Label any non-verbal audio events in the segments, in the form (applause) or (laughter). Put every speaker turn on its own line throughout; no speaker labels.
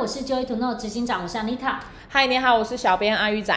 我是 Joy To Know 执行长，我是 Anita。
嗨，你好，我是小编阿玉仔。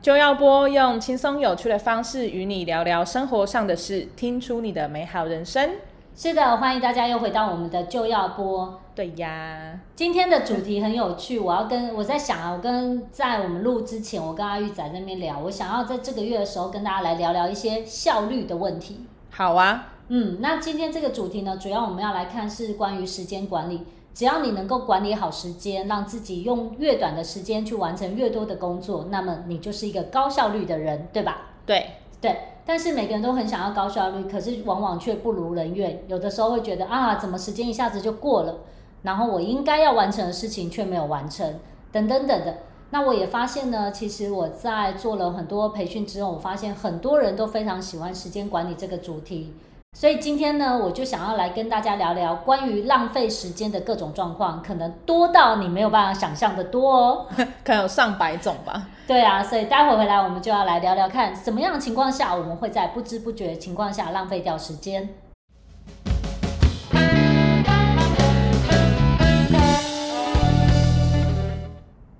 就要播用轻松有趣的方式与你聊聊生活上的事，听出你的美好人生。
是的，欢迎大家又回到我们的就要播。
对呀，
今天的主题很有趣，我要跟我在想啊，我跟在我们录之前，我跟阿玉仔那边聊，我想要在这个月的时候跟大家来聊聊一些效率的问题。
好啊，
嗯，那今天这个主题呢，主要我们要来看是关于时间管理。只要你能够管理好时间，让自己用越短的时间去完成越多的工作，那么你就是一个高效率的人，对吧？
对，
对。但是每个人都很想要高效率，可是往往却不如人愿。有的时候会觉得啊，怎么时间一下子就过了，然后我应该要完成的事情却没有完成，等等等的。那我也发现呢，其实我在做了很多培训之后，我发现很多人都非常喜欢时间管理这个主题。所以今天呢，我就想要来跟大家聊聊关于浪费时间的各种状况，可能多到你没有办法想象的多哦。
可能有上百种吧。
对啊，所以待会回来我们就要来聊聊看，什么样的情况下我们会在不知不觉的情况下浪费掉时间。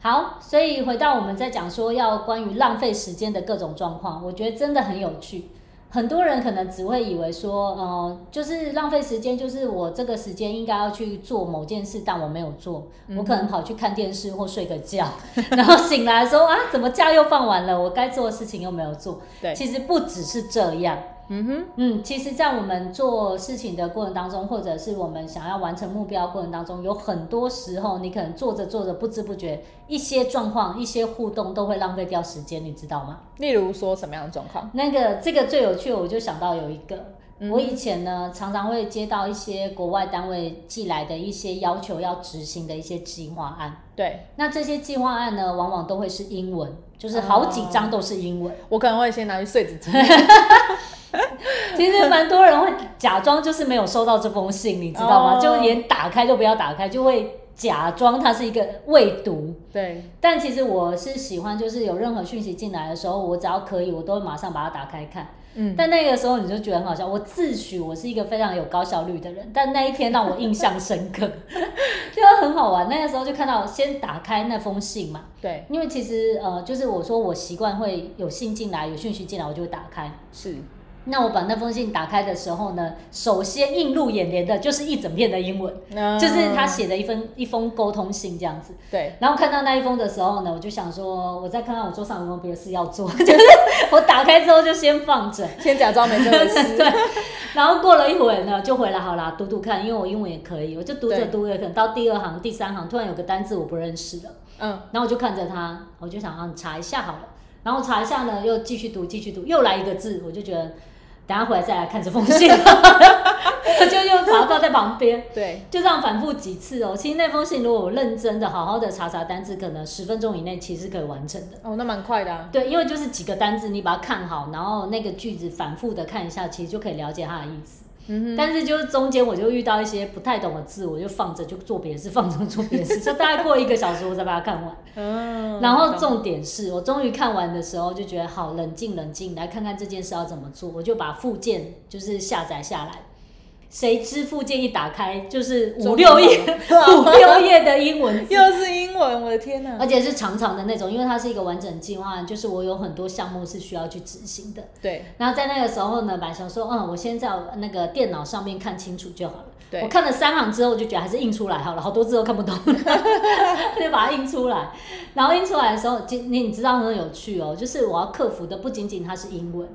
好，所以回到我们在讲说要关于浪费时间的各种状况，我觉得真的很有趣。很多人可能只会以为说，呃，就是浪费时间，就是我这个时间应该要去做某件事，但我没有做，我可能跑去看电视或睡个觉， (laughs) 然后醒来说啊，怎么假又放完了，我该做的事情又没有做。
对，
其实不只是这样，
嗯哼，
嗯，其实，在我们做事情的过程当中，或者是我们想要完成目标过程当中，有很多时候，你可能做着做着，不知不觉，一些状况、一些互动都会浪费掉时间，你知道吗？
例如说什么样的状况？
那个这个最有趣，我就想到有一个，我以前呢常常会接到一些国外单位寄来的一些要求要执行的一些计划案，
对
那这些计划案呢，往往都会是英文，就是好几张都是英文。
我可能会先拿去碎纸
(laughs)
机。
其实蛮多人会假装就是没有收到这封信，你知道吗
哦
就连打开都不要打开，就会假装它是一个未读。
对，
但其实我是喜欢，就是有任何讯息进来的时候，我只要可以，我都会马上把它打开看。
嗯，
但那个时候你就觉得很好笑。我自诩我是一个非常有高效率的人，但那一天让我印象深刻， (laughs) 就很好玩。那个时候就看到先打开那封信嘛，
对，
因为其实呃，就是我说我习惯会有信进来，有讯息进来，我就会打开。
是，
那我把那封信打开的时候呢，首先映入眼帘的就是一整片的英文，
嗯
就是他写的一封一封沟通信这样子。
对，
然后看到那一封的时候呢，我就想说，我再看看我桌上有没有别的事要做， (laughs) 就是我打开之后就先放着。
先假装没这回
(laughs) 对
事。，
然后过了一会儿呢，就回来好啦，读读看，因为我英文也可以，我就读着
对
读着，可能到第二行、第三行，突然有个单字我不认识了，
嗯，
然后我就看着他，我就想啊，你查一下好了。然后查一下呢，又继续读，继续读，又来一个字，我就觉得等下回来再来看这封信，我就又把它放在旁边，
对，
就这样反复几次哦。其实那封信如果我认真的、好好的查查单字，可能十分钟以内其实是可以完成的。
哦，那蛮快的啊。
对，因为就是几个单字，你把它看好，然后那个句子反复的看一下，其实就可以了解它的意思。
嗯
但是就是中间我就遇到一些不太懂的字，我就放着就做别的事，放着做别的事，就大概过一个小时我才把它看完。
哼，
(laughs)
嗯，
然后
懂
重点是我终于看完的时候，就觉得好冷静冷静，来看看这件事要怎么做。我就把附件就是下载下来，谁知附件一打开就是五
中
六
文
页 (laughs) 五六页的英文字，
又是英文，我的天哪、
而且是长长的那种，因为它是一个完整计划案，就是我有很多项目是需要去执行的。
对
然后在那个时候呢，本来想说，嗯，我先在我那个电脑上面看清楚就好了。
对
我看了三行之后，我就觉得还是印出来好了， (laughs) 好多字都看不懂，就把它印出来。然后印出来的时候，其你你知道很有趣哦，就是我要克服的不仅仅它是英文，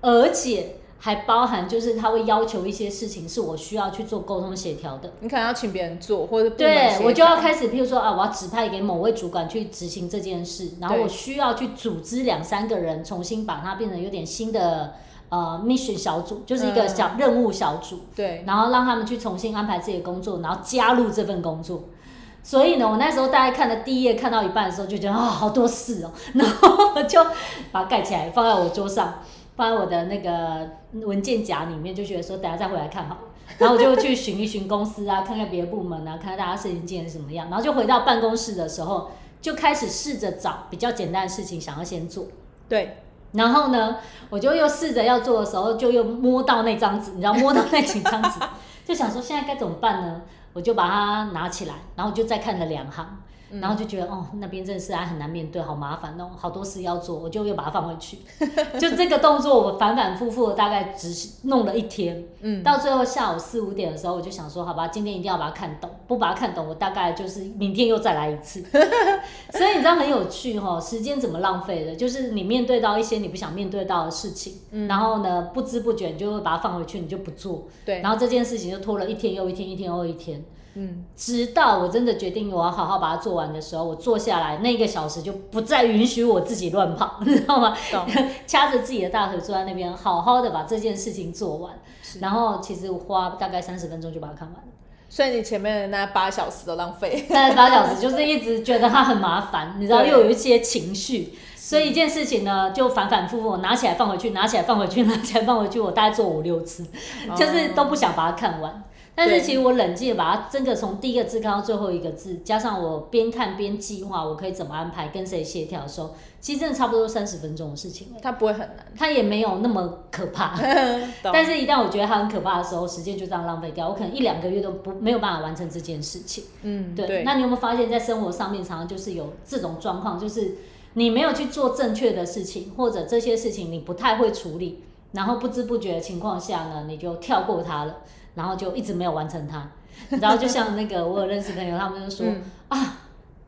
而且还包含就是它会要求一些事情是我需要去做沟通协调的。
你可能要请别人做，或者部门协
对，
调
我就要开始，譬如说啊，我要指派给某位主管去执行这件事，然后
对
我需要去组织两三个人，重新把它变成有点新的呃 mission 小组，就是一个小、任务小组，
对，
然后让他们去重新安排自己的工作，然后加入这份工作。所以呢，我那时候大概看的第一页看到一半的时候，就觉得啊、好多事哦， (laughs) 然后我就把它盖起来，放在我桌上，放在我的那个文件夹里面，就觉得说等下再回来看好了。 (laughs) 然后我就去寻一寻公司啊，看看别的部门啊，看看大家事情进展怎么样。然后就回到办公室的时候，就开始试着找比较简单的事情想要先做。
对，
然后呢，我就又试着要做的时候，就又摸到那张纸，你知道摸到那几张
(laughs)
纸，就想说现在该怎么办呢？我就把它拿起来，然后就再看了两行，
嗯
然后就觉得哦，那边真的是还很难面对，好麻烦哦，好多事要做，我就又把它放回
(laughs)
去。就这个动作，我反反复复的大概只是弄了一天，
嗯，
到最后下午四五点的时候，我就想说，好吧，今天一定要把它看懂，不把它看懂，我大概就是明天又再来一次。所以你知道很有趣哈、哦，时间怎么浪费的？就是你面对到一些你不想面对到的事情，
嗯
然后呢，不知不觉你就会把它放回去，你就不做，
对，
然后这件事情就拖了一天又一天，一天又一天，
嗯，
直到我真的决定我要好好把它做完的时候，我坐下来那一个小时就不再允许我自己乱跑， (laughs) 你知道吗？
懂，
掐着自己的大腿坐在那边，好好的把这件事情做完。
是
然后其实我花大概三十分钟就把它看完了，
所以你前面的那八小时都
(laughs)
浪费， (laughs)
三十八小时就是一直觉得它很麻烦，你知道，
对
又有一些情绪，所以一件事情呢就反反复复，我拿起来放回去，拿起来放回去， (laughs) 拿起来放回去，我大概做五六次，就是都不想把它看完。但是
哦对
其实我冷静地把它真的从第一个字看到最后一个字，加上我边看边计划我可以怎么安排，跟谁协调的时候，其实真的差不多三十分钟的事情了，
它不会很难，
它也没有那么可怕。
(laughs) 懂
但是，一旦我觉得它很可怕的时候，时间就这样浪费掉。我可能一两个月都不没有办法完成这件事情。
嗯，
对，
对，
那你有没有发现，在生活上面常常就是有这种状况，就是你没有去做正确的事情，或者这些事情你不太会处理，然后不知不觉的情况下呢，你就跳过它
(laughs)
了，然后就一直没有完成它。然后就像那个我有认识朋友，他们就说、
嗯
啊，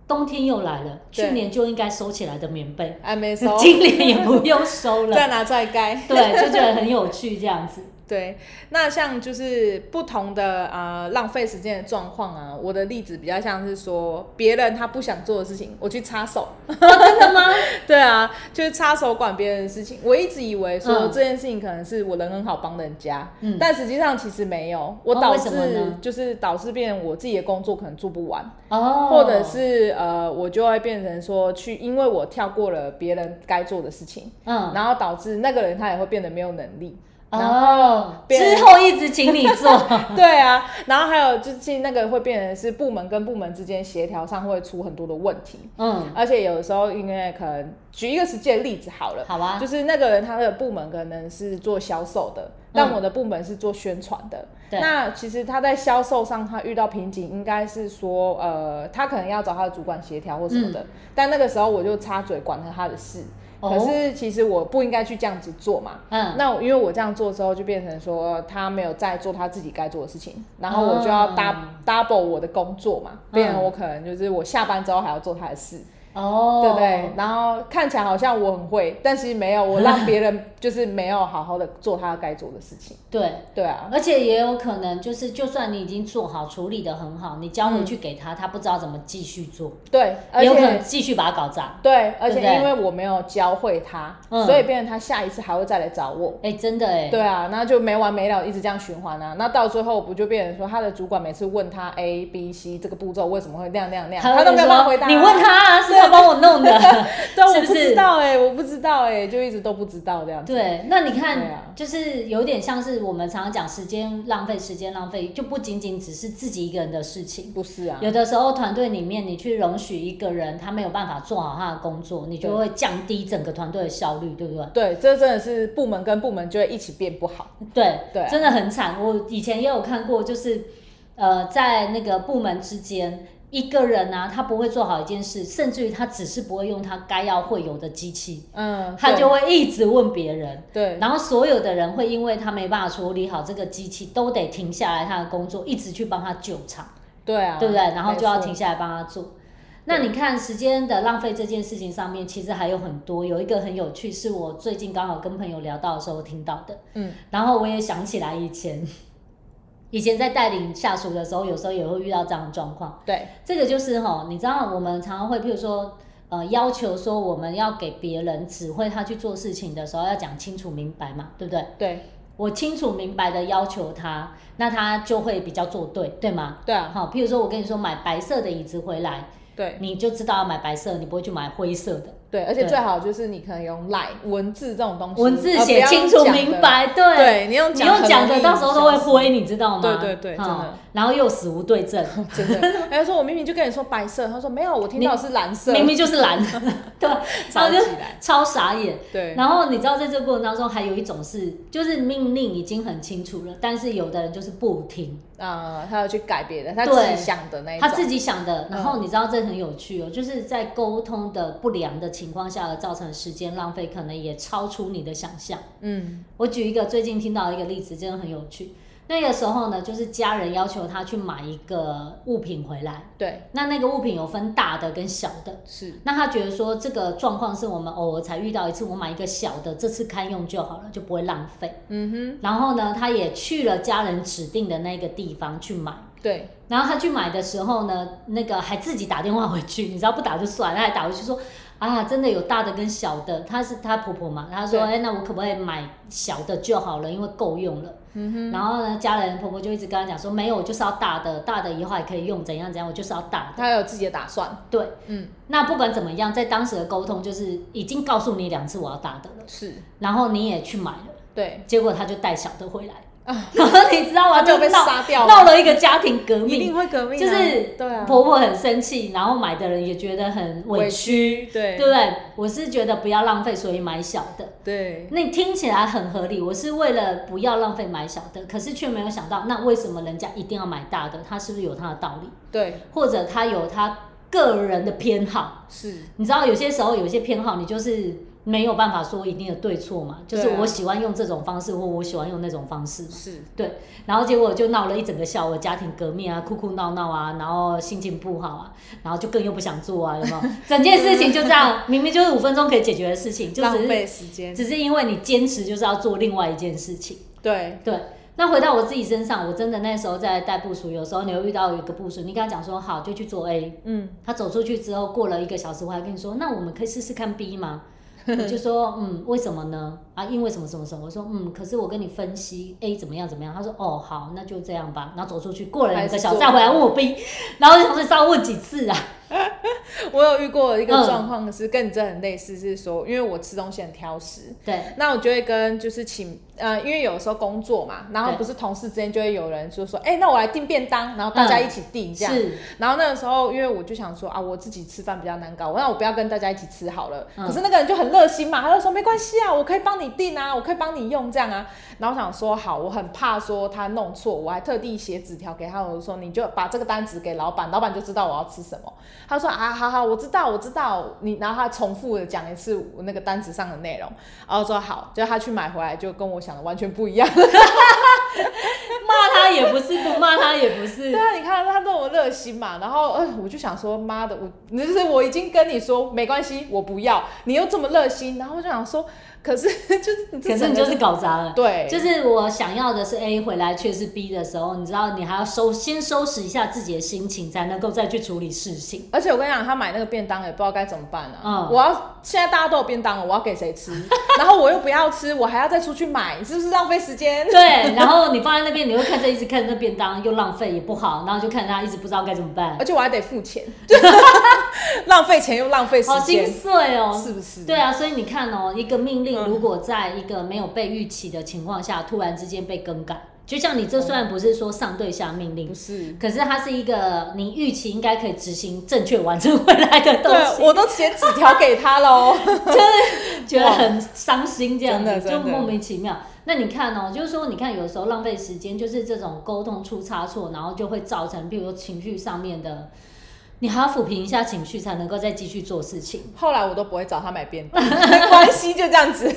冬天又
(laughs)
来了，
对
去年就应该收起来的棉被，
还哎没收，
今年也不用收
(laughs)
了。
再拿再盖。
对，就觉得很有趣这样
(laughs)
子。
对，那像就是不同的呃浪费时间的状况啊，我的例子比较像是说别人他不想做的事情，我去插手。
真的吗？
(laughs) 对啊，就是插手管别人的事情。我一直以为说
嗯
这件事情可能是我人很好帮人家，
嗯哦
但实际上其实没有，我导
为什
致
么呢
就是导致变成我自己的工作可能做不完，
哦，
或者是呃我就会变成说去，因为我跳过了别人该做的事情，
嗯，
然后导致那个人他也会变得没有能力。然
哦，
别人
之后一直请你做，
(laughs) 对啊，然后还有就是其实那个会变成是部门跟部门之间协调上会出很多的问题，
嗯，
而且有的时候因为可能举一个实际的例子好了，
好啊
就，是那个人他的部门可能是做销售的，但我的部门是做宣传的。
嗯对
那其实他在销售上他遇到瓶颈，应该是说呃，他可能要找他的主管协调或什么的，但那个时候我就插嘴管了他的事。
嗯哦
可是其实我不应该去这样子做嘛，
嗯，
那我因为我这样做之后，就变成说呃他没有在做他自己该做的事情，然后我就
哦
要 dou- double 我的工作嘛，
嗯
变成我可能就是我下班之后还要做他的事，
哦，
对不对？然后看起来好像我很会，但其实没有，我让别人就是没有好好的做他该做的事情，
对，
对啊，
而且也有可能就是，就算你已经做好处理的很好，你交回去给他，他不知道怎么继续做，
对，而
也有可能
且。
继续把它搞砸。
对，而
对不
且
对
因为我没有教会他，
嗯
所以变成他下一次还会再来找我。
哎，真的哎，
对啊，那就没完没了，一直这样循环啊。那到最后不就变成说，他的主管每次问他 A、B、C 这个步骤为什么会那样那样那样，
会
啊他都没有办法回答、
说你问，他啊，是他帮我弄的，
(laughs)
是
对，
不
我不
是
知道哎、我不知道哎、就一直都不知道这样子。
对，那你
对
看，
啊
就是有点像是我们常常讲时间浪费，时间浪费，就不仅仅只是自己一个人的事情。
不是啊，
有的时候团队里面，你去容许一个人他没有办法做好他的工作，你就会降低整个团队的效率，对不对？
对，这真的是部门跟部门就会一起变不好。
对，
对啊
真的很惨。我以前也有看过，就是呃，在那个部门之间，一个人啊，他不会做好一件事，甚至于他只是不会用他该要会有的机器，
嗯，
他
对
就会一直问别人。
对
然后所有的人会因为他没办法处理好这个机器，都得停下来他的工作，一直去帮他救场。
对啊，
对不对？然后就要
没错
停下来帮他做。那你看时间的浪费这件事情上面，其实还有很多。有一个很有趣，是我最近刚好跟朋友聊到的时候听到的，
嗯
然后我也想起来以前， (laughs) 以前在带领下属的时候，有时候也会遇到这样的状况。
对
这个就是哈、你知道我们常常会，譬如说，呃，要求说我们要给别人指挥他去做事情的时候，要讲清楚明白嘛，对不对？
对
我清楚明白的要求他，那他就会比较做对，对吗？
对啊
好，譬如说我跟你说买白色的椅子回来，
对
你就知道要买白色，你不会去买灰色的。
对，而且
对
最好就是你可能用 line 文字这种东西，
文字
呃
写清楚明，白，
不要用讲的
对，
对你用
你用
很
讲的
容易
到时候都会
消失
灰，你知道吗？
对对对
嗯
真的
然后又死无对
(laughs)
证，
真的。还有说我明明就跟你说白色，他说没有，我听到是蓝色，
明明就是蓝，
(laughs)
对，然
吵
后
起
就
来。
超傻眼。
对，
然后你知道，在这个过程当中，还有一种是，就是命令已经很清楚了，但是有的人就是不听，
啊、他要去改别的，他
对
自己想的那一种，
他自己想的。
嗯
然后你知道，这很有趣哦，就是在沟通的不良的情况下而造成时间浪费，可能也超出你的想象。
嗯
我举一个最近听到的一个例子，真的很有趣。那个时候呢，就是家人要求他去买一个物品回来，
对
那那个物品有分大的跟小的。
是，
那他觉得说这个状况是我们偶尔才遇到一次，我买一个小的，这次堪用就好了，就不会浪费。
嗯
然后呢，他也去了家人指定的那个地方去买。
哼，对
然后他去买的时候呢，那个还自己打电话回去，你知道不打就算了，他还打回去说啊，真的有大的跟小的，她是她婆婆嘛，她说
对
哎，那我可不可以买小的就好了，因为够用了。
嗯
然后呢，家人婆婆就一直跟她讲说，没有，我就是要大的，大的以后还可以用，怎样怎样，我就是要大的。
他有自己的打算，
对，
嗯
那不管怎么样，在当时的沟通就是已经告诉你两次我要大的了，
是，
然后你也去买了，
对
结果他就带小的回来，
啊，
(laughs) 然后你知道吗？
他没有被
闹
杀掉吗
闹了一个家庭革
一定
命，
会革命啊、
就是
对啊，
婆婆很生气，然后买的人也觉得很委
委
屈，
对
对不对？我是觉得不要浪费，所以买小的。
对
那听起来很合理，我是为了不要浪费买小的，可是却没有想到，那为什么人家一定要买大的？他是不是有他的道理，
对
或者他有他个人的偏好？
是，
你知道，有些时候有些偏好，你就是没有办法说一定的对错嘛，就是
对啊
我喜欢用这种方式，或我喜欢用那种方式嘛。
是，
对，然后结果就闹了一整个下午，家庭革命啊，哭哭闹闹啊，然后心情不好啊，然后就更又不想做啊，有没
(laughs)
有？整件事情就这样，明明就是五分钟可以解决的事情，就
浪
只
费
是
时间，
只是因为你坚持就是要做另外一件事情。
对
对，那回到我自己身上，我真的那时候在带部署，有时候你会遇到一个部署，你跟他讲说好就去做 A，
嗯
他走出去之后，过了一个小时，我还跟你说，那我们可以试试看 B 吗？我就说，嗯，为什么呢？啊，因为什么什么什么？我说，嗯，可是我跟你分析 A 怎么样怎么样。他说，哦，好，那就这样吧。然后走出去，过了两个小时
还是做
再回来问我 B，然后我就想说，稍问几次啊？
我有遇过一个
嗯
状况是跟你这很类似，是说因为我吃东西很挑食，
对，
那我就会跟就是请呃，因为有时候工作嘛，然后
对
不是同事之间就会有人就说，哎、那我来订便当，然后大
嗯
家一起订这样。
是，
然后那个时候，因为我就想说啊，我自己吃饭比较难搞，那我不要跟大家一起吃好了。
嗯
可是那个人就很热心嘛，他就说没关系啊，我可以帮你订啊，我可以帮你用这样啊。然后我想说好，我很怕说他弄错，我还特地写纸条给他，我说你就把这个单子给老板，老板就知道我要吃什么。他说啊，好好，我知道，我知道。你然后他重复的讲一次我那个单子上的内容，然后我说好，就他去买回来就跟我想的完全不一样。
骂他也不是，不骂他也不是
对。啊，你看他那么热心嘛，然后呃，我就想说，妈的，我就是我已经跟你说没关系，我不要，你又这么热心，然后我就想说，可是 (laughs) 就是，
可是你就是搞砸了。
对，
就是我想要的是 A 回来却是 B 的时候，你知道你还要收先收拾一下自己的心情，才能够再去处理事情。
而且我跟你讲，他买那个便当也不知道该怎么办啊。
嗯
我要现在大家都有便当了，我要给谁吃？ (laughs) 然后我又不要吃，我还要再出去买，是不是浪费时间？ (laughs)
对，然后你放在那边，你会看着一直看着那便当，又浪费也不好，然后就看着他一直不知道该怎么办
而，且我还得付钱， (laughs) 浪费钱又浪费时
好心
间，
碎哦。
是不嗯是？
对啊，所以你看哦，一个命令如果在一个没有被预期的情况下，突然之间被更改，就像你这虽然不是说上对下命
不
令，
是。
可是它是一个你预期应该可以执行、正确完成回来的东
对，
西，
我都写纸条给他喽。
觉得很伤心，这样
真
子
的真
就
的
莫名其妙。那你看哦，就是说，你看有时候浪费时间，就是这种沟通出差错，然后就会造成，比如说情绪上面的，你还要抚平一下情绪，才能够再继续做事情， (laughs)
后来我都不会找他买便当， (laughs) 关系就这样子。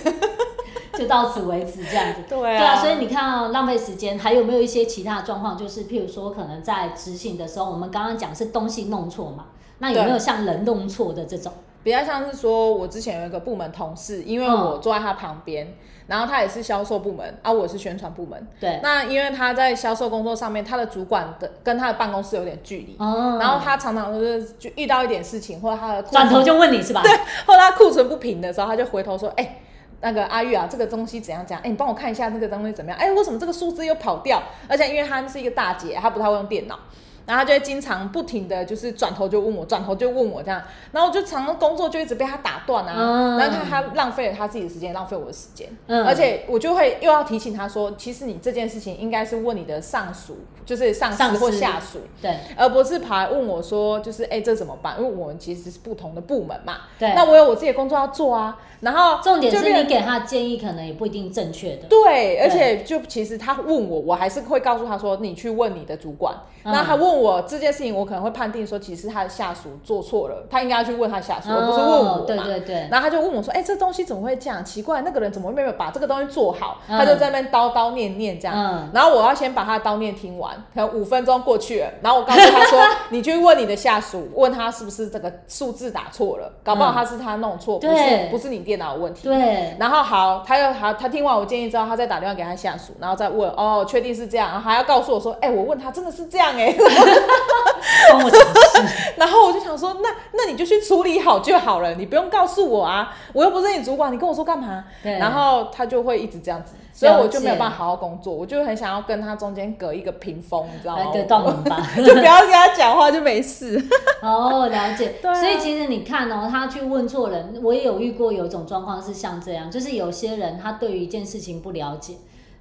就到此为止这样子。
对
对啊，所以你看哦，浪费时间，还有没有一些其他的状况？就是譬如说，可能在执行的时候，我们刚刚讲是东西弄错嘛，那有没有
对
像人弄错的这种？
比较像是说，我之前有一个部门同事，因为我坐在他旁边，然后他也是销售部门，啊，我是宣传部门。
对，
那因为他在销售工作上面，他的主管的跟他的办公室有点距离，
哦，
然后他常常就是就遇到一点事情，或者他的库
转头
存，
就问你是吧？
或者他库存不平的时候，他就回头说：“哎、那个阿玉啊，这个东西怎样怎样？哎、你帮我看一下这个东西怎么样？哎、为什么这个数字又跑掉？而且因为她是一个大姐，她不太会用电脑，然后他就会经常不停的就是转头就问我，转头就问我这样，然后我就常常工作就一直被他打断啊，
嗯
然后他他浪费了他自己的时间，浪费我的时间，
嗯
而且我就会又要提醒他说，其实你这件事情应该是问你的上属，就是上司
上司
或下属。
对
而不是跑来问我说，就是哎、这怎么办？因为我们其实是不同的部门嘛。
对
那我有我自己的工作要做啊。然后
重点
就是变
你给他的建议可能也不一定正确的。
对，而且就其实他问我，我还是会告诉他说，你去问你的主管。
嗯
那他问我这件事情，我可能会判定说，其实他的下属做错了，他应该要去问他下属，而不是问啊我嘛。
哦对对对，
然后他就问我说：“哎、这东西怎么会这样？奇怪，那个人怎么会没有把这个东西做好？”
嗯
他就在那边叨叨念念这样。
嗯
然后我要先把他的叨念听完，可能五分钟过去了，然后我告诉他
(laughs)
说：“你去问你的下属，问他是不是这个数字打错了，搞不好
嗯
他是他弄错，不是
对
不是你电脑有问题。”
对，
然后好，他又好，他听完我建议之后，他再打电话给他下属，然后再问哦，确定是这样，然后还要告诉我说，哎、我问他真的是这样哎、
关我什么事？
然后我就想说，那那你就去处理好就好了，你不用告诉我啊，我又不是你主管，你跟我说干嘛？
对
然后他就会一直这样子，所以
了解
我就没有办法好好工作，我就很想要跟他中间隔一个屏风，你知道吗
来？哎对，断门
(laughs)
吧。
就不要跟他讲话就没事。
(laughs) 哦，了解。
对啊
所以其实你看哦，他去问错人，我也有遇过有一种状况是像这样，就是有些人他对于一件事情不了解，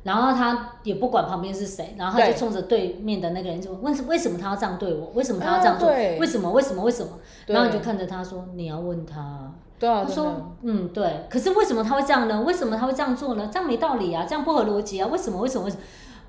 然后他也不管旁边是谁，然后他
对
就冲着对面的那个人就问：为什么他要这样对我？为什么他要这样做？
啊对
为什么？为什么？为什么？
对
然后你就看着他说：你要问他。
对啊，
他
真的
说：嗯，对。可是为什么他会这样呢？为什么他会这样做呢？这样没道理啊，这样不合逻辑啊！为什么？为什么？为什么？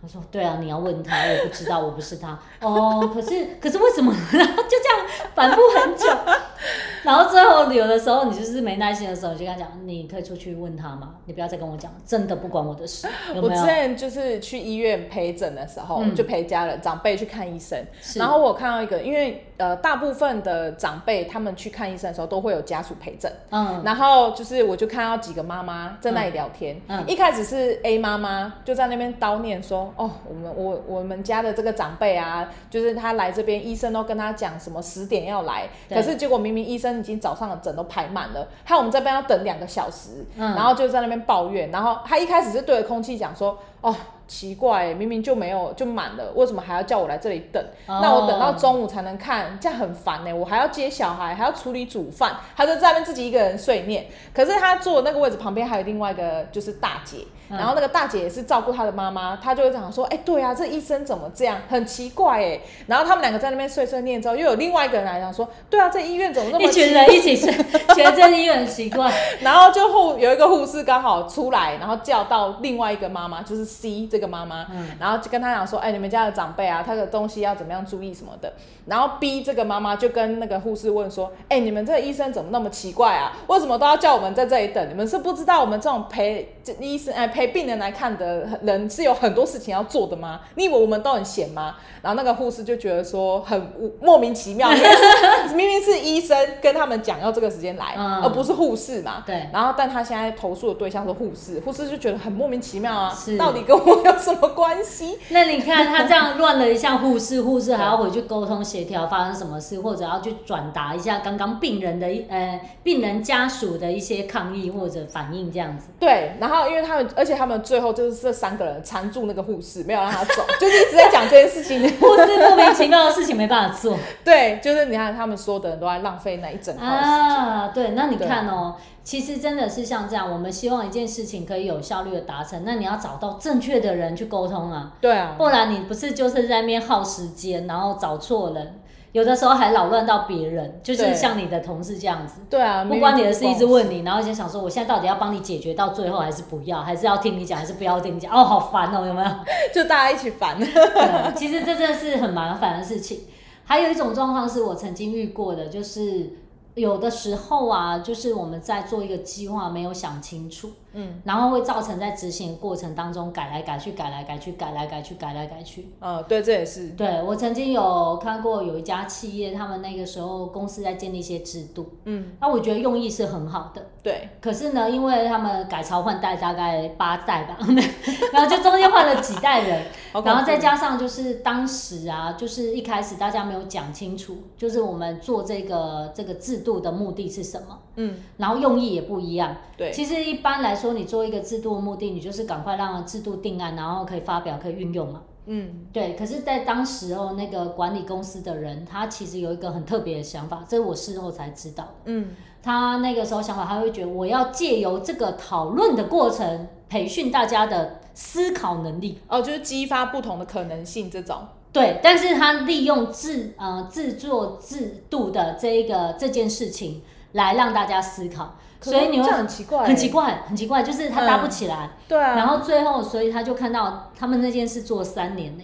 我说对啊，你要问他，我不知道，我不是他。哦， (laughs) 可是可是为什么？然后就这样反复很久， (laughs) 然后最后有的时候你就是没耐心的时候，你就跟他讲，你可以出去问他嘛，你不要再跟我讲，真的不关我的事，有
我
没
之
有？
前就是去医院陪诊的时候，
嗯
就陪家人长辈去看医生，
是
然后我有看到一个，因为呃大部分的长辈他们去看医生的时候都会有家属陪诊。
嗯，
然后就是，我就看到几个妈妈在那里聊天。
嗯嗯
一开始是 A 妈妈就在那边叨念说：“哦，我们我我们家的这个长辈啊，就是他来这边，医生都跟他讲什么十点要来，
对
可是结果明明医生已经早上的诊都排满了，害我们这边要等两个小时。
嗯
然后就在那边抱怨。然后他一开始是对着空气讲说：“哦，奇怪，明明就没有就满了，为什么还要叫我来这里等？
哦
那我等到中午才能看，这样很烦呢、欸我还要接小孩，还要处理煮饭，他就在那边自己一个人碎念。可是他坐的那个位置旁边还有另外一个就是大姐，
嗯
然后那个大姐也是照顾他的妈妈，她就会讲说：“哎、对啊，这医生怎么这样，很奇怪哎、然后他们两个在那边碎碎念之后，又有另外一个人来讲说：“对啊，这医院怎么那么
一群
奇
人一起睡，觉得真的也很奇怪。
(laughs) 然后就护有一个护士刚好出来，然后叫到另外一个妈妈，就是 C 这个妈妈，
嗯
然后就跟她讲说，哎、你们家的长辈啊，他的东西要怎么样注意什么的。然后 B 这个妈妈就跟那个护士问说，哎、你们这个医生怎么那么奇怪啊？为什么都要叫我们在这里等？你们是不知道我们这种陪这医生哎陪病人来看的人是有很多事情要做的吗？你以为我们都很闲吗？然后那个护士就觉得说很无莫名其妙，明明是明明是医生跟他们讲要这个时间来，
嗯
而不是护士嘛。
对
然后，但他现在投诉的对象是护士，护士就觉得很莫名其妙啊
是，
到底跟我有什么关系？
那你看他这样乱了一下护士，护士还要回去沟通协调发生什么事，或者要去转达一下刚刚病人的一呃病人家属的一些抗议或者反应这样子。
对，然后因为他们，而且他们最后就是这三个人缠住那个护士，没有让他
(laughs)
走，就是一直在讲这件事情。
护士莫名其妙的事情没办法做
对，就是你看他们所有的人都在浪费那一整套的时间。
啊，对，那你看哦，其实真的是像这样，我们希望一件事情可以有效率的达成，那你要找到正确的人去沟通啊，
对啊，
不然你不是就是在那边耗时间，然后找错人，有的时候还扰乱到别人，就是
对
像你的同事这样子。
对啊，
不关你的
明
事，
明
一
就
直
是
问你，然后就想说，我现在到底要帮你解决到最后，还是不要，还是要听你讲，还是不要听你讲？哦，好烦哦，有
(laughs)
没有？
就大家一起烦。
(laughs) 对，其实这真的是很麻烦的事情。还有一种状况是我曾经遇过的，就是有的时候啊，就是我们在做一个计划没有想清楚，
嗯
然后会造成在执行的过程当中改来改去、改来改去、改来改去、改来改去。
嗯，对，这也是
对我曾经有看过有一家企业，他们那个时候公司在建立一些制度，
嗯，
那我觉得用意是很好的。
对
可是呢，因为他们改朝换代大概八代吧， (laughs) 然后就中间换了几代人，
(laughs) 好恐怖
然后再加上就是当时啊，就是一开始大家没有讲清楚，就是我们做这个这个制度的目的是什么，
嗯
然后用意也不一样。
对
其实一般来说，你做一个制度的目的，你就是赶快让制度定案，然后可以发表、可以运用嘛。
嗯，
对，可是，在当时哦，那个管理公司的人，他其实有一个很特别的想法，这是我事后才知道。
嗯，
他那个时候想法，他会觉得我要借由这个讨论的过程，培训大家的思考能力。
哦，就是激发不同的可能性这种，
对，但是他利用制呃制作制度的这一个这件事情来让大家思考，所以你会
可是这样很奇怪欸、
很奇怪，很奇怪，就是他搭不
嗯
起来。
对啊，
然后最后，所以他就看到他们那件事做了三年欸呢、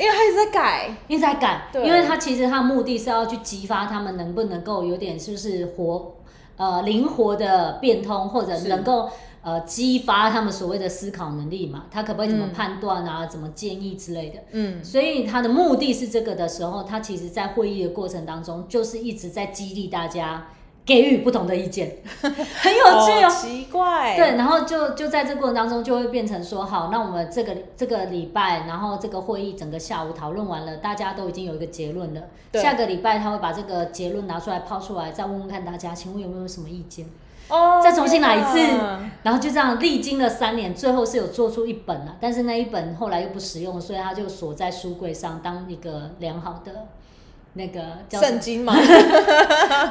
因为他一直在改，
一直在改，
对
因为他其实他的目的是要去激发他们能不能够有点是不是活呃灵活的变通，或者
是
能够呃激发他们所谓的思考能力嘛，他可不可以怎么
嗯
判断啊，怎么建议之类的。
嗯，
所以他的目的是这个的时候，他其实在会议的过程当中，就是一直在激励大家给予不同的意见， (laughs) 很有趣哦。
奇怪，
对，，然后就就在这过程当中，就会变成说，好，那我们这个这个礼拜，然后这个会议整个下午讨论完了，大家都已经有一个结论了。
对
下个礼拜他会把这个结论拿出来抛出来，再问问看大家，请问有没有什么意见？
哦，
再重新来一次
天哪
然后就这样历经了三年，最后是有做出一本了、但是那一本后来又不实用，所以他就锁在书柜上当一个良好的那个叫什
圣
么 (laughs)
经嘛，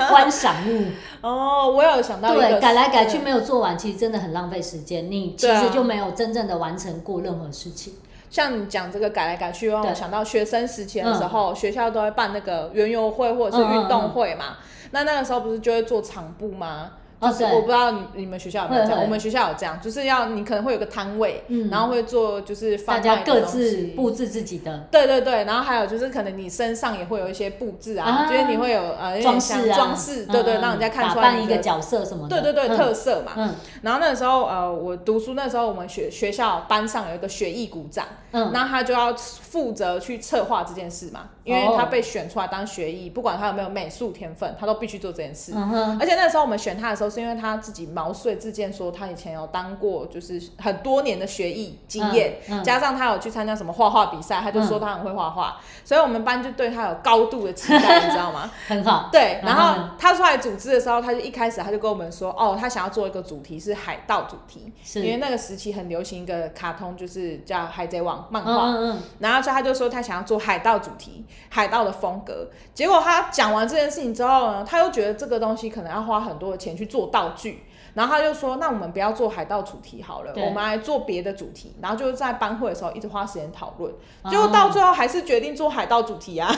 观赏物。
哦，我有想到一
对，
个
改来改去
对
没有做完，其实真的很浪费时间。你其
对啊
实就没有真正的完成过任何事情。
像你讲这个改来改去，哦让我
对嗯
想到学生时期的时候，学校都会办那个园游会或者是运动会嘛。那那个时候不是就会做场布吗？
哦
就是
对
我不知道你你们学校有没有这
会
样，
会
我们学校有这样，就是要你可能会有个摊位，
嗯
然后会做就是
大
贩卖
家
的
各
东
自
西
布置自己的，
对对对，然后还有就是可能你身上也会有一些布置
啊
啊，就是你会有呃有点
装
像
饰啊，
装饰，对对，
嗯
让人家看出
打
来
扮
你
一
的
个角色什么
对
的，
对
嗯
对、特色嘛。
嗯
然后那个时候，呃，我读书那时候，我们学学校班上有一个学艺股长，
嗯，哦
那他就要负责去策划这件事嘛，因为他被选出来当学艺，不管他有没有美术天分，他都必须做这件事。
嗯哼，
而且那时候我们选他的时候，是因为他自己毛遂自荐说他以前有当过就是很多年的学艺经验，
嗯嗯
加上他有去参加什么画画比赛，他就说他很会画画，所以我们班就对他有高度的期
(laughs)
待，你知道吗？
很好，
对，然
然后
后
呢
他出来组织的时候，他就一开始他就跟我们说，哦，他想要做一个主题是海盗主题，
是
因为那个时期很流行一个卡通，就是叫《海贼王》漫
嗯
画。
嗯嗯，
然后所以他就说他想要做海盗主题，海盗的风格。结果他讲完这件事情之后呢，他又觉得这个东西可能要花很多的钱去做道具，然后他就说，那我们不要做海盗主题好了，
对
我们来做别的主题。然后就是在班会的时候一直花时间讨论，
哦
结果到最后还是决定做海盗主题啊。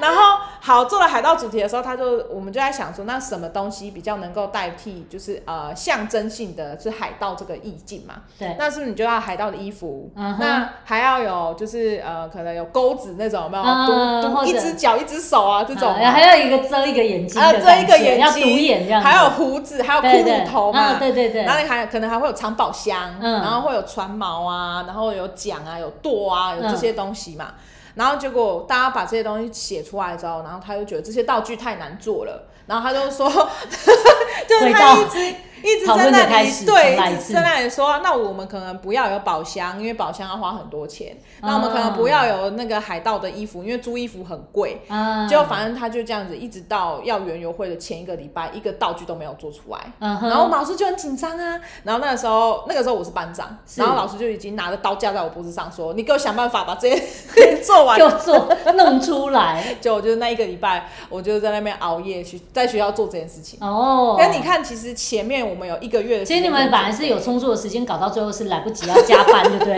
然后好做了海盗主题的时候，他就我们就在想说，那什么东西比较能够代替，就是呃象征性的是海盗这个意境嘛？
对，
那是不是你就要海盗的衣服？
嗯哼
那还要有就是呃，可能有钩子那种，有没有？
嗯
独独、
或者
一只脚一只手啊这种
好然后
啊。
呃还有一个遮一个眼睛
还
的
有
感觉，
啊遮一个眼睛，
要独眼这样子，
还有胡子，还有骷
对对
髅头嘛，
嗯对对对
然后你还可能还会有藏宝箱，
嗯
然后会有船锚啊，然后有桨啊，有舵啊，有这
嗯
些东西嘛。然后结果大家把这些东西写出来之后，然后他就觉得这些道具太难做了，然后他就
(laughs)
说，就是
回
他
到
一直一直
讨
在
论的
那
开
里
始
对，
重来
一
一
直
次
在那里说，那我们可能不要有宝箱，因为宝箱要花很多钱。
啊
那我们可能不要有那个海盗的衣服，因为租衣服很贵。
啊，
结果反正他就这样子，一直到要园游会的前一个礼拜，一个道具都没有做出来。
嗯哼，
然后我们老师就很紧张啊，然后那个时候，那个时候我是班长，
是
然后老师就已经拿着刀架在我脖子上说：“你给我想办法把这些
(laughs)
做完。
就做弄出来，”
就我就是那一个礼拜，我就在那边熬夜去在学校做这件事情。
哦，
但你。看，其实前面我们有一个月的时
其
间，
实你们本来是有充足的时间，搞到最后是来不及要加班，对不对？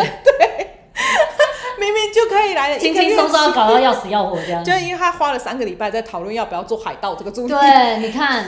明明就可以来了一个
轻
月
轻松松搞到要死要活这样。
就因为他花了三个礼拜在讨论要不要做海盗这个主题，
对，你看，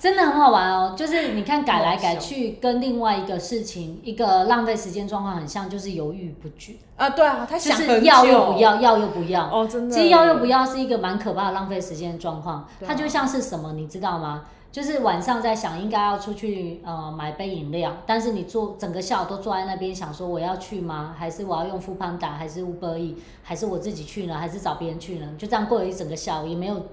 真的很好玩哦。就是你看改来改去，跟另外一个事情，一个浪费时间状况很像，就是犹豫不决，
啊，对啊，他
就
想
是
很
要
久，
又不要，要又不要。
哦，真的，
其实要又不要是一个蛮可怕的浪费时间的状况，
对啊
它就像是什么，你知道吗？就是晚上在想应该要出去呃买杯饮料，但是你坐整个下午都坐在那边想说我要去吗？还是我要用富邦达？还是 Uber E？还是我自己去呢？还是找别人去呢？就这样过了一整个下午，也没有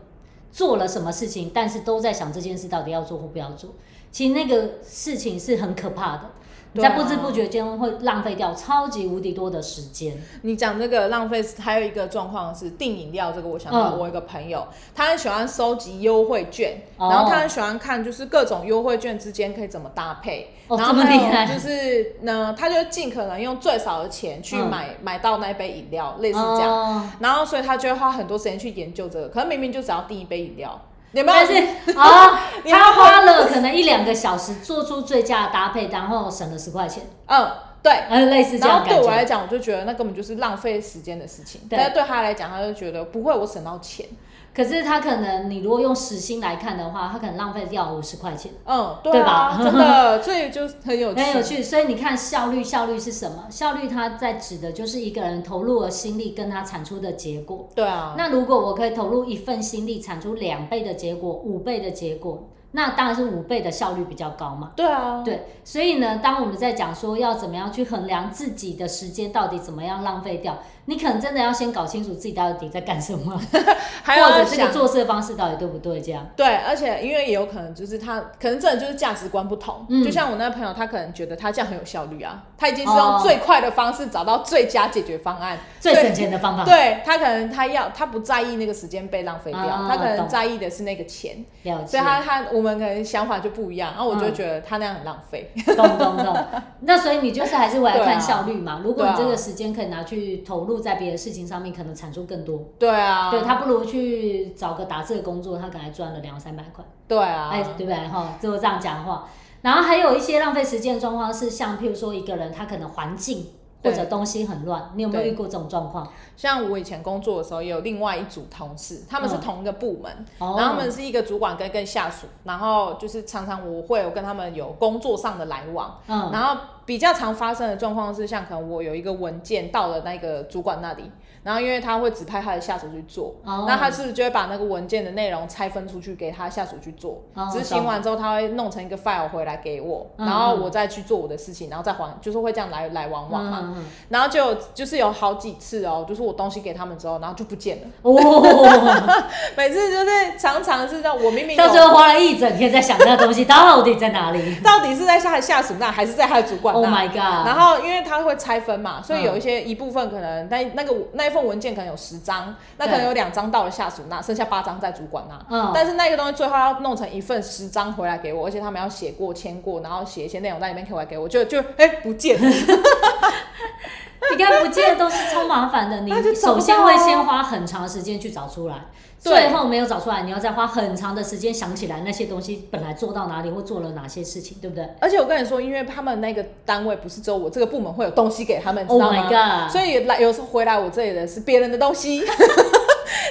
做了什么事情，但是都在想这件事到底要做或不要做。其实那个事情是很可怕的，你
对
在
啊
不知不觉间会浪费掉超级无敌多的时间。
你讲这个浪费，还有一个状况是订饮料这个，我想到
嗯
我有一个朋友，他很喜欢收集优惠券，
哦
然后他很喜欢看就是各种优惠券之间可以怎么搭配，
哦
然后
这么厉害
还有就是呢，他就尽可能用最少的钱去
嗯
买、买到那一杯饮料，类似这样。
哦
然后所以他就会花很多时间去研究这个，可能明明就只要订一杯饮料，有没有？
但是
(laughs)
哦，
你要
他花了可能一两个小时做出最佳的搭配，然后省了十块钱，
嗯，对。
呃，类似这
然
样的
后对
感
我来
觉。
讲，我就觉得那根本就是浪费时间的事情。
对
但是对他来讲，他就觉得不会，我省到钱。
可是他可能你如果用时薪来看的话，他可能浪费掉五十块钱，
嗯，对
对
啊，
吧
真
(laughs)
的，所以就很有趣。
很有趣。所以你看效率，效率是什么？效率它在指的就是一个人投入了心力跟他产出的结果。
对啊，
那如果我可以投入一份心力，产出两倍的结果，五倍的结果，那当然是五倍的效率比较高嘛。
对啊，
对，所以呢，当我们在讲说要怎么样去衡量自己的时间到底怎么样浪费掉，你可能真的要先搞清楚自己到底在干什么，
还有
或者
在
这个
想，
做事的方式到底对不对，这样。
对，而且因为也有可能就是他，可能真的就是价值观不同。
嗯
就像我那个朋友，他可能觉得他这样很有效率啊，他已经是用
哦
最快的方式找到最佳解决方案，
最
对
省钱的方法，
对他可能他要他不在意那个时间被浪费掉，
啊
他可能
懂
在意的是那个钱，
了
所
解
以，他他我们可能想法就不一样，然后我就
嗯
觉得他那样很浪费。 (laughs)
懂懂懂。那所以你就是还是回来
对啊
看效率嘛。如果你
对啊
这个时间可以拿去投入在别的事情上面，可能产出更多。
对啊，
对他不如去找个打字的工作，他可能还赚了两三百块，
对啊，
哎、对不对？哈，如果这样讲的话，然后还有一些浪费时间的状况是，像譬如说一个人他可能环境或
对
者东西很乱，你有没有
对
遇过这种状况？
像我以前工作的时候，也有另外一组同事，他们是
嗯
同一个部门，
哦
然后他们是一个主管跟跟下属，然后就是常常我会有跟他们有工作上的来往，
嗯，
然后比较常发生的状况是，像可能我有一个文件到了那个主管那里，然后因为他会指派他的下属去做，
哦
那他是不是就会把那个文件的内容拆分出去给他下属去做
哦？
执行完之后，他会弄成一个 file 回来给我，
嗯
然后我再去做我的事情，然后再还，就是会这样来来往往嘛。
嗯嗯
然后就有就是有好几次哦，就是我东西给他们之后，然后就不见了。 (laughs)
哦，
每次就是常常是让我明明有
到最后花了一整天在想那个东西到底在哪里
到底是在下下属那，还是在他的主 (laughs) 管
？Oh
那
my god！
然后因为他会拆分嘛，所
嗯
以有一些一部分可能那那个那一份文件可能有十张，那可能
对
有两张到了下属那，剩下八张在主管那。
嗯
但是那个东西最后要弄成一份十张回来给我，而且他们要写过、签过，然后写一些内容在里面回来给我，就就哎、不见了。
你看不见的东西超麻烦
(laughs)
的，你
那就找不到啊
首先会先花很长时间去找出来，
对
最后没有找出来，你要再花很长的时间想起来那些东西本来做到哪里或做了哪些事情，对不对
而且我跟你说，因为他们那个单位不是只有我这个部门会有东西给他们，知
？Oh
道
my
吗？
god！
所以来有时候回来我这里的是别人的东西。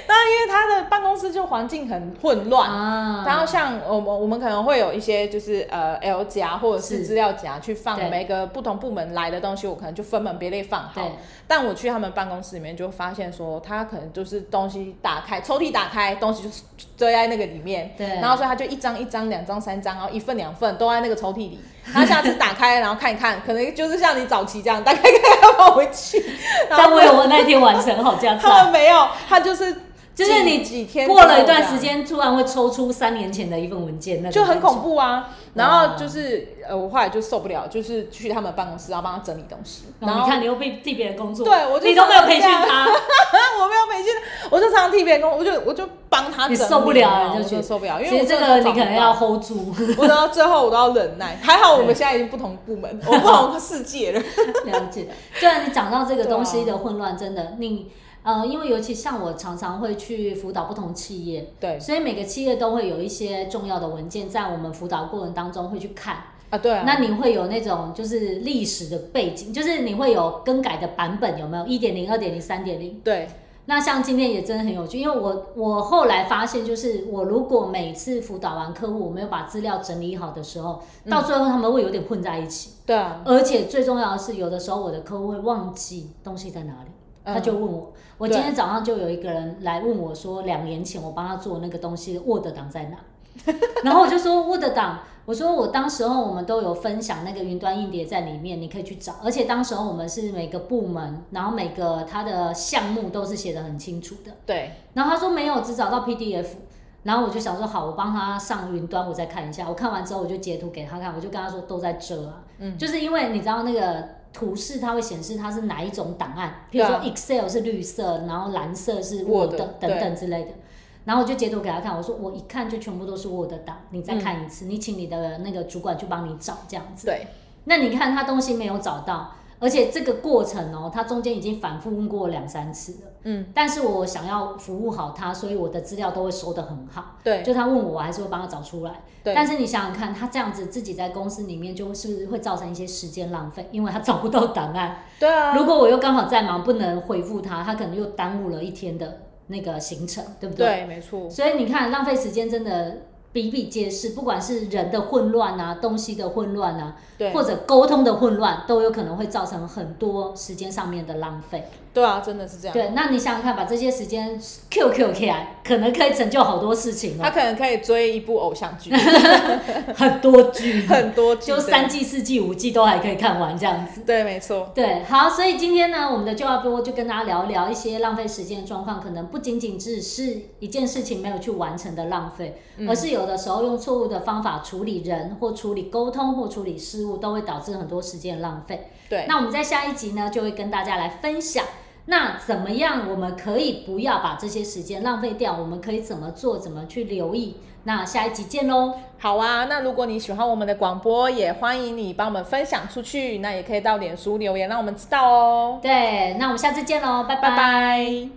那因为他的办公室就环境很混乱，
啊，
然后像我们我们可能会有一些就是呃 L 夹或者是
是
资料夹去放
对
每个不同部门来的东西，我可能就分门别类放好
对。
但我去他们办公室里面就发现说，他可能就是东西打开抽屉打开，东西就是堆在那个里面。
对
然后所以他就一张一张、两张三张，哦然后一份两份都在那个抽屉里。他下次打开然后看一看，可能就是像你早期这样，大概看要放回
(laughs)
去。然
但
后
我有我那天晚上好加
他
赞，
们没有，他就是
啊就是
几
你
几天
过
之
了
后
一
这
段
样
时。间，突然会抽出三年前的一份文件，那种
就很
感觉
恐。怖啊。然后就是呃，我后来就受不了，就是去他们办公室，然后帮他整理东西。
然
然
后
后
你看，你又被替别人工作，
对我就
你都没有培训
这
他，
我没有培训，我就常常替别人工，我就我就帮他整理
你
啊，
受不了，
我
你就
就
去
受不了， (laughs) 因
其
为我
实这
真
个
的找
你
不
可能要
到。
hold 住，
我到最后我都要忍耐，还好我们现在已经不同部门，
(laughs)
我不同世界了。
了解，虽然你讲到这个东西
对啊
的混乱，真的，你呃，因为尤其像我常常会去辅导不同企业，
对
所以每个企业都会有一些重要的文件，在我们辅导过程当中会去看。
啊，对啊，
那你会有那种就是历史的背景，就是你会有更改的版本，有没有？一点零、二点零、三点零。
对
那像今天也真的很有趣，因为我我后来发现，就是我如果每次辅导完客户，我没有把资料整理好的时候，
嗯
到最后他们会有点混在一起。
对啊，
而且最重要的是，有的时候我的客户会忘记东西在哪里，
嗯
他就问我。我
对
今天早上就有一个人来问我说，两年前我帮他做那个东西的 Word 档在哪？ (laughs) 然后我就说 Word 档，我说我当时候我们都有分享那个云端硬碟在里面，你可以去找。而且当时候我们是每个部门，然后每个它的项目都是写的很清楚的。
对
然后他说没有，只找到 PDF。然后我就想说，好，我帮他上云端，我再看一下。我看完之后，我就截图给他看，我就跟他说都在这啊。
嗯
就是因为你知道那个图示，它会显示它是哪一种档案，比如
对
说
啊
Excel 是绿色，然后蓝色是
Word，
Word 等
对
等之类的。然后我就截图给他看，我说我一看就全部都是 Word 档，你再看一
嗯
次，你请你的那个主管去帮你找这样子。
对，
那你看他东西没有找到，而且这个过程哦，他中间已经反复问过我两三次了。
嗯，
但是我想要服务好他，所以我的资料都会收得很好。
对，
就他问我，我还是会帮他找出来。
对
但是你想想看，他这样子自己在公司里面，就是会造成一些时间浪费，因为他找不到档案。 (laughs)
对啊，
如果我又刚好在忙，不能回复他，他可能又耽误了一天的那个行程，对不对？
对，没错，
所以你看，浪费时间真的比比皆是，不管是人的混乱啊，东西的混乱啊，
对，
或者沟通的混乱，都有可能会造成很多时间上面的浪费。
对啊，真的是这样。
对，那你想想看，把这些时间 QQ 起来，可能可以成就好多事情
他
哦，
可能可以追一部偶像
(laughs)
剧，
很多
(laughs)
剧，
很多剧
就
的
三季、四季、五季都还可以看完这样子。
对，没错，
对，好，所以今天呢，我们的就要播就跟大家聊一聊一些浪费时间的状况，可能不仅仅只是一件事情没有去完成的浪费，而是有的时候用错误的方法处理人或处理沟通或处理事物，都会导致很多时间的浪费。
对，
那我们在下一集呢，就会跟大家来分享，那怎么样我们可以不要把这些时间浪费掉？我们可以怎么做？怎么去留意？那下一集见喽！
好啊。那如果你喜欢我们的广播，也欢迎你帮我们分享出去，那也可以到脸书留言，让我们知道哦。
对，那我们下次见喽，拜
拜拜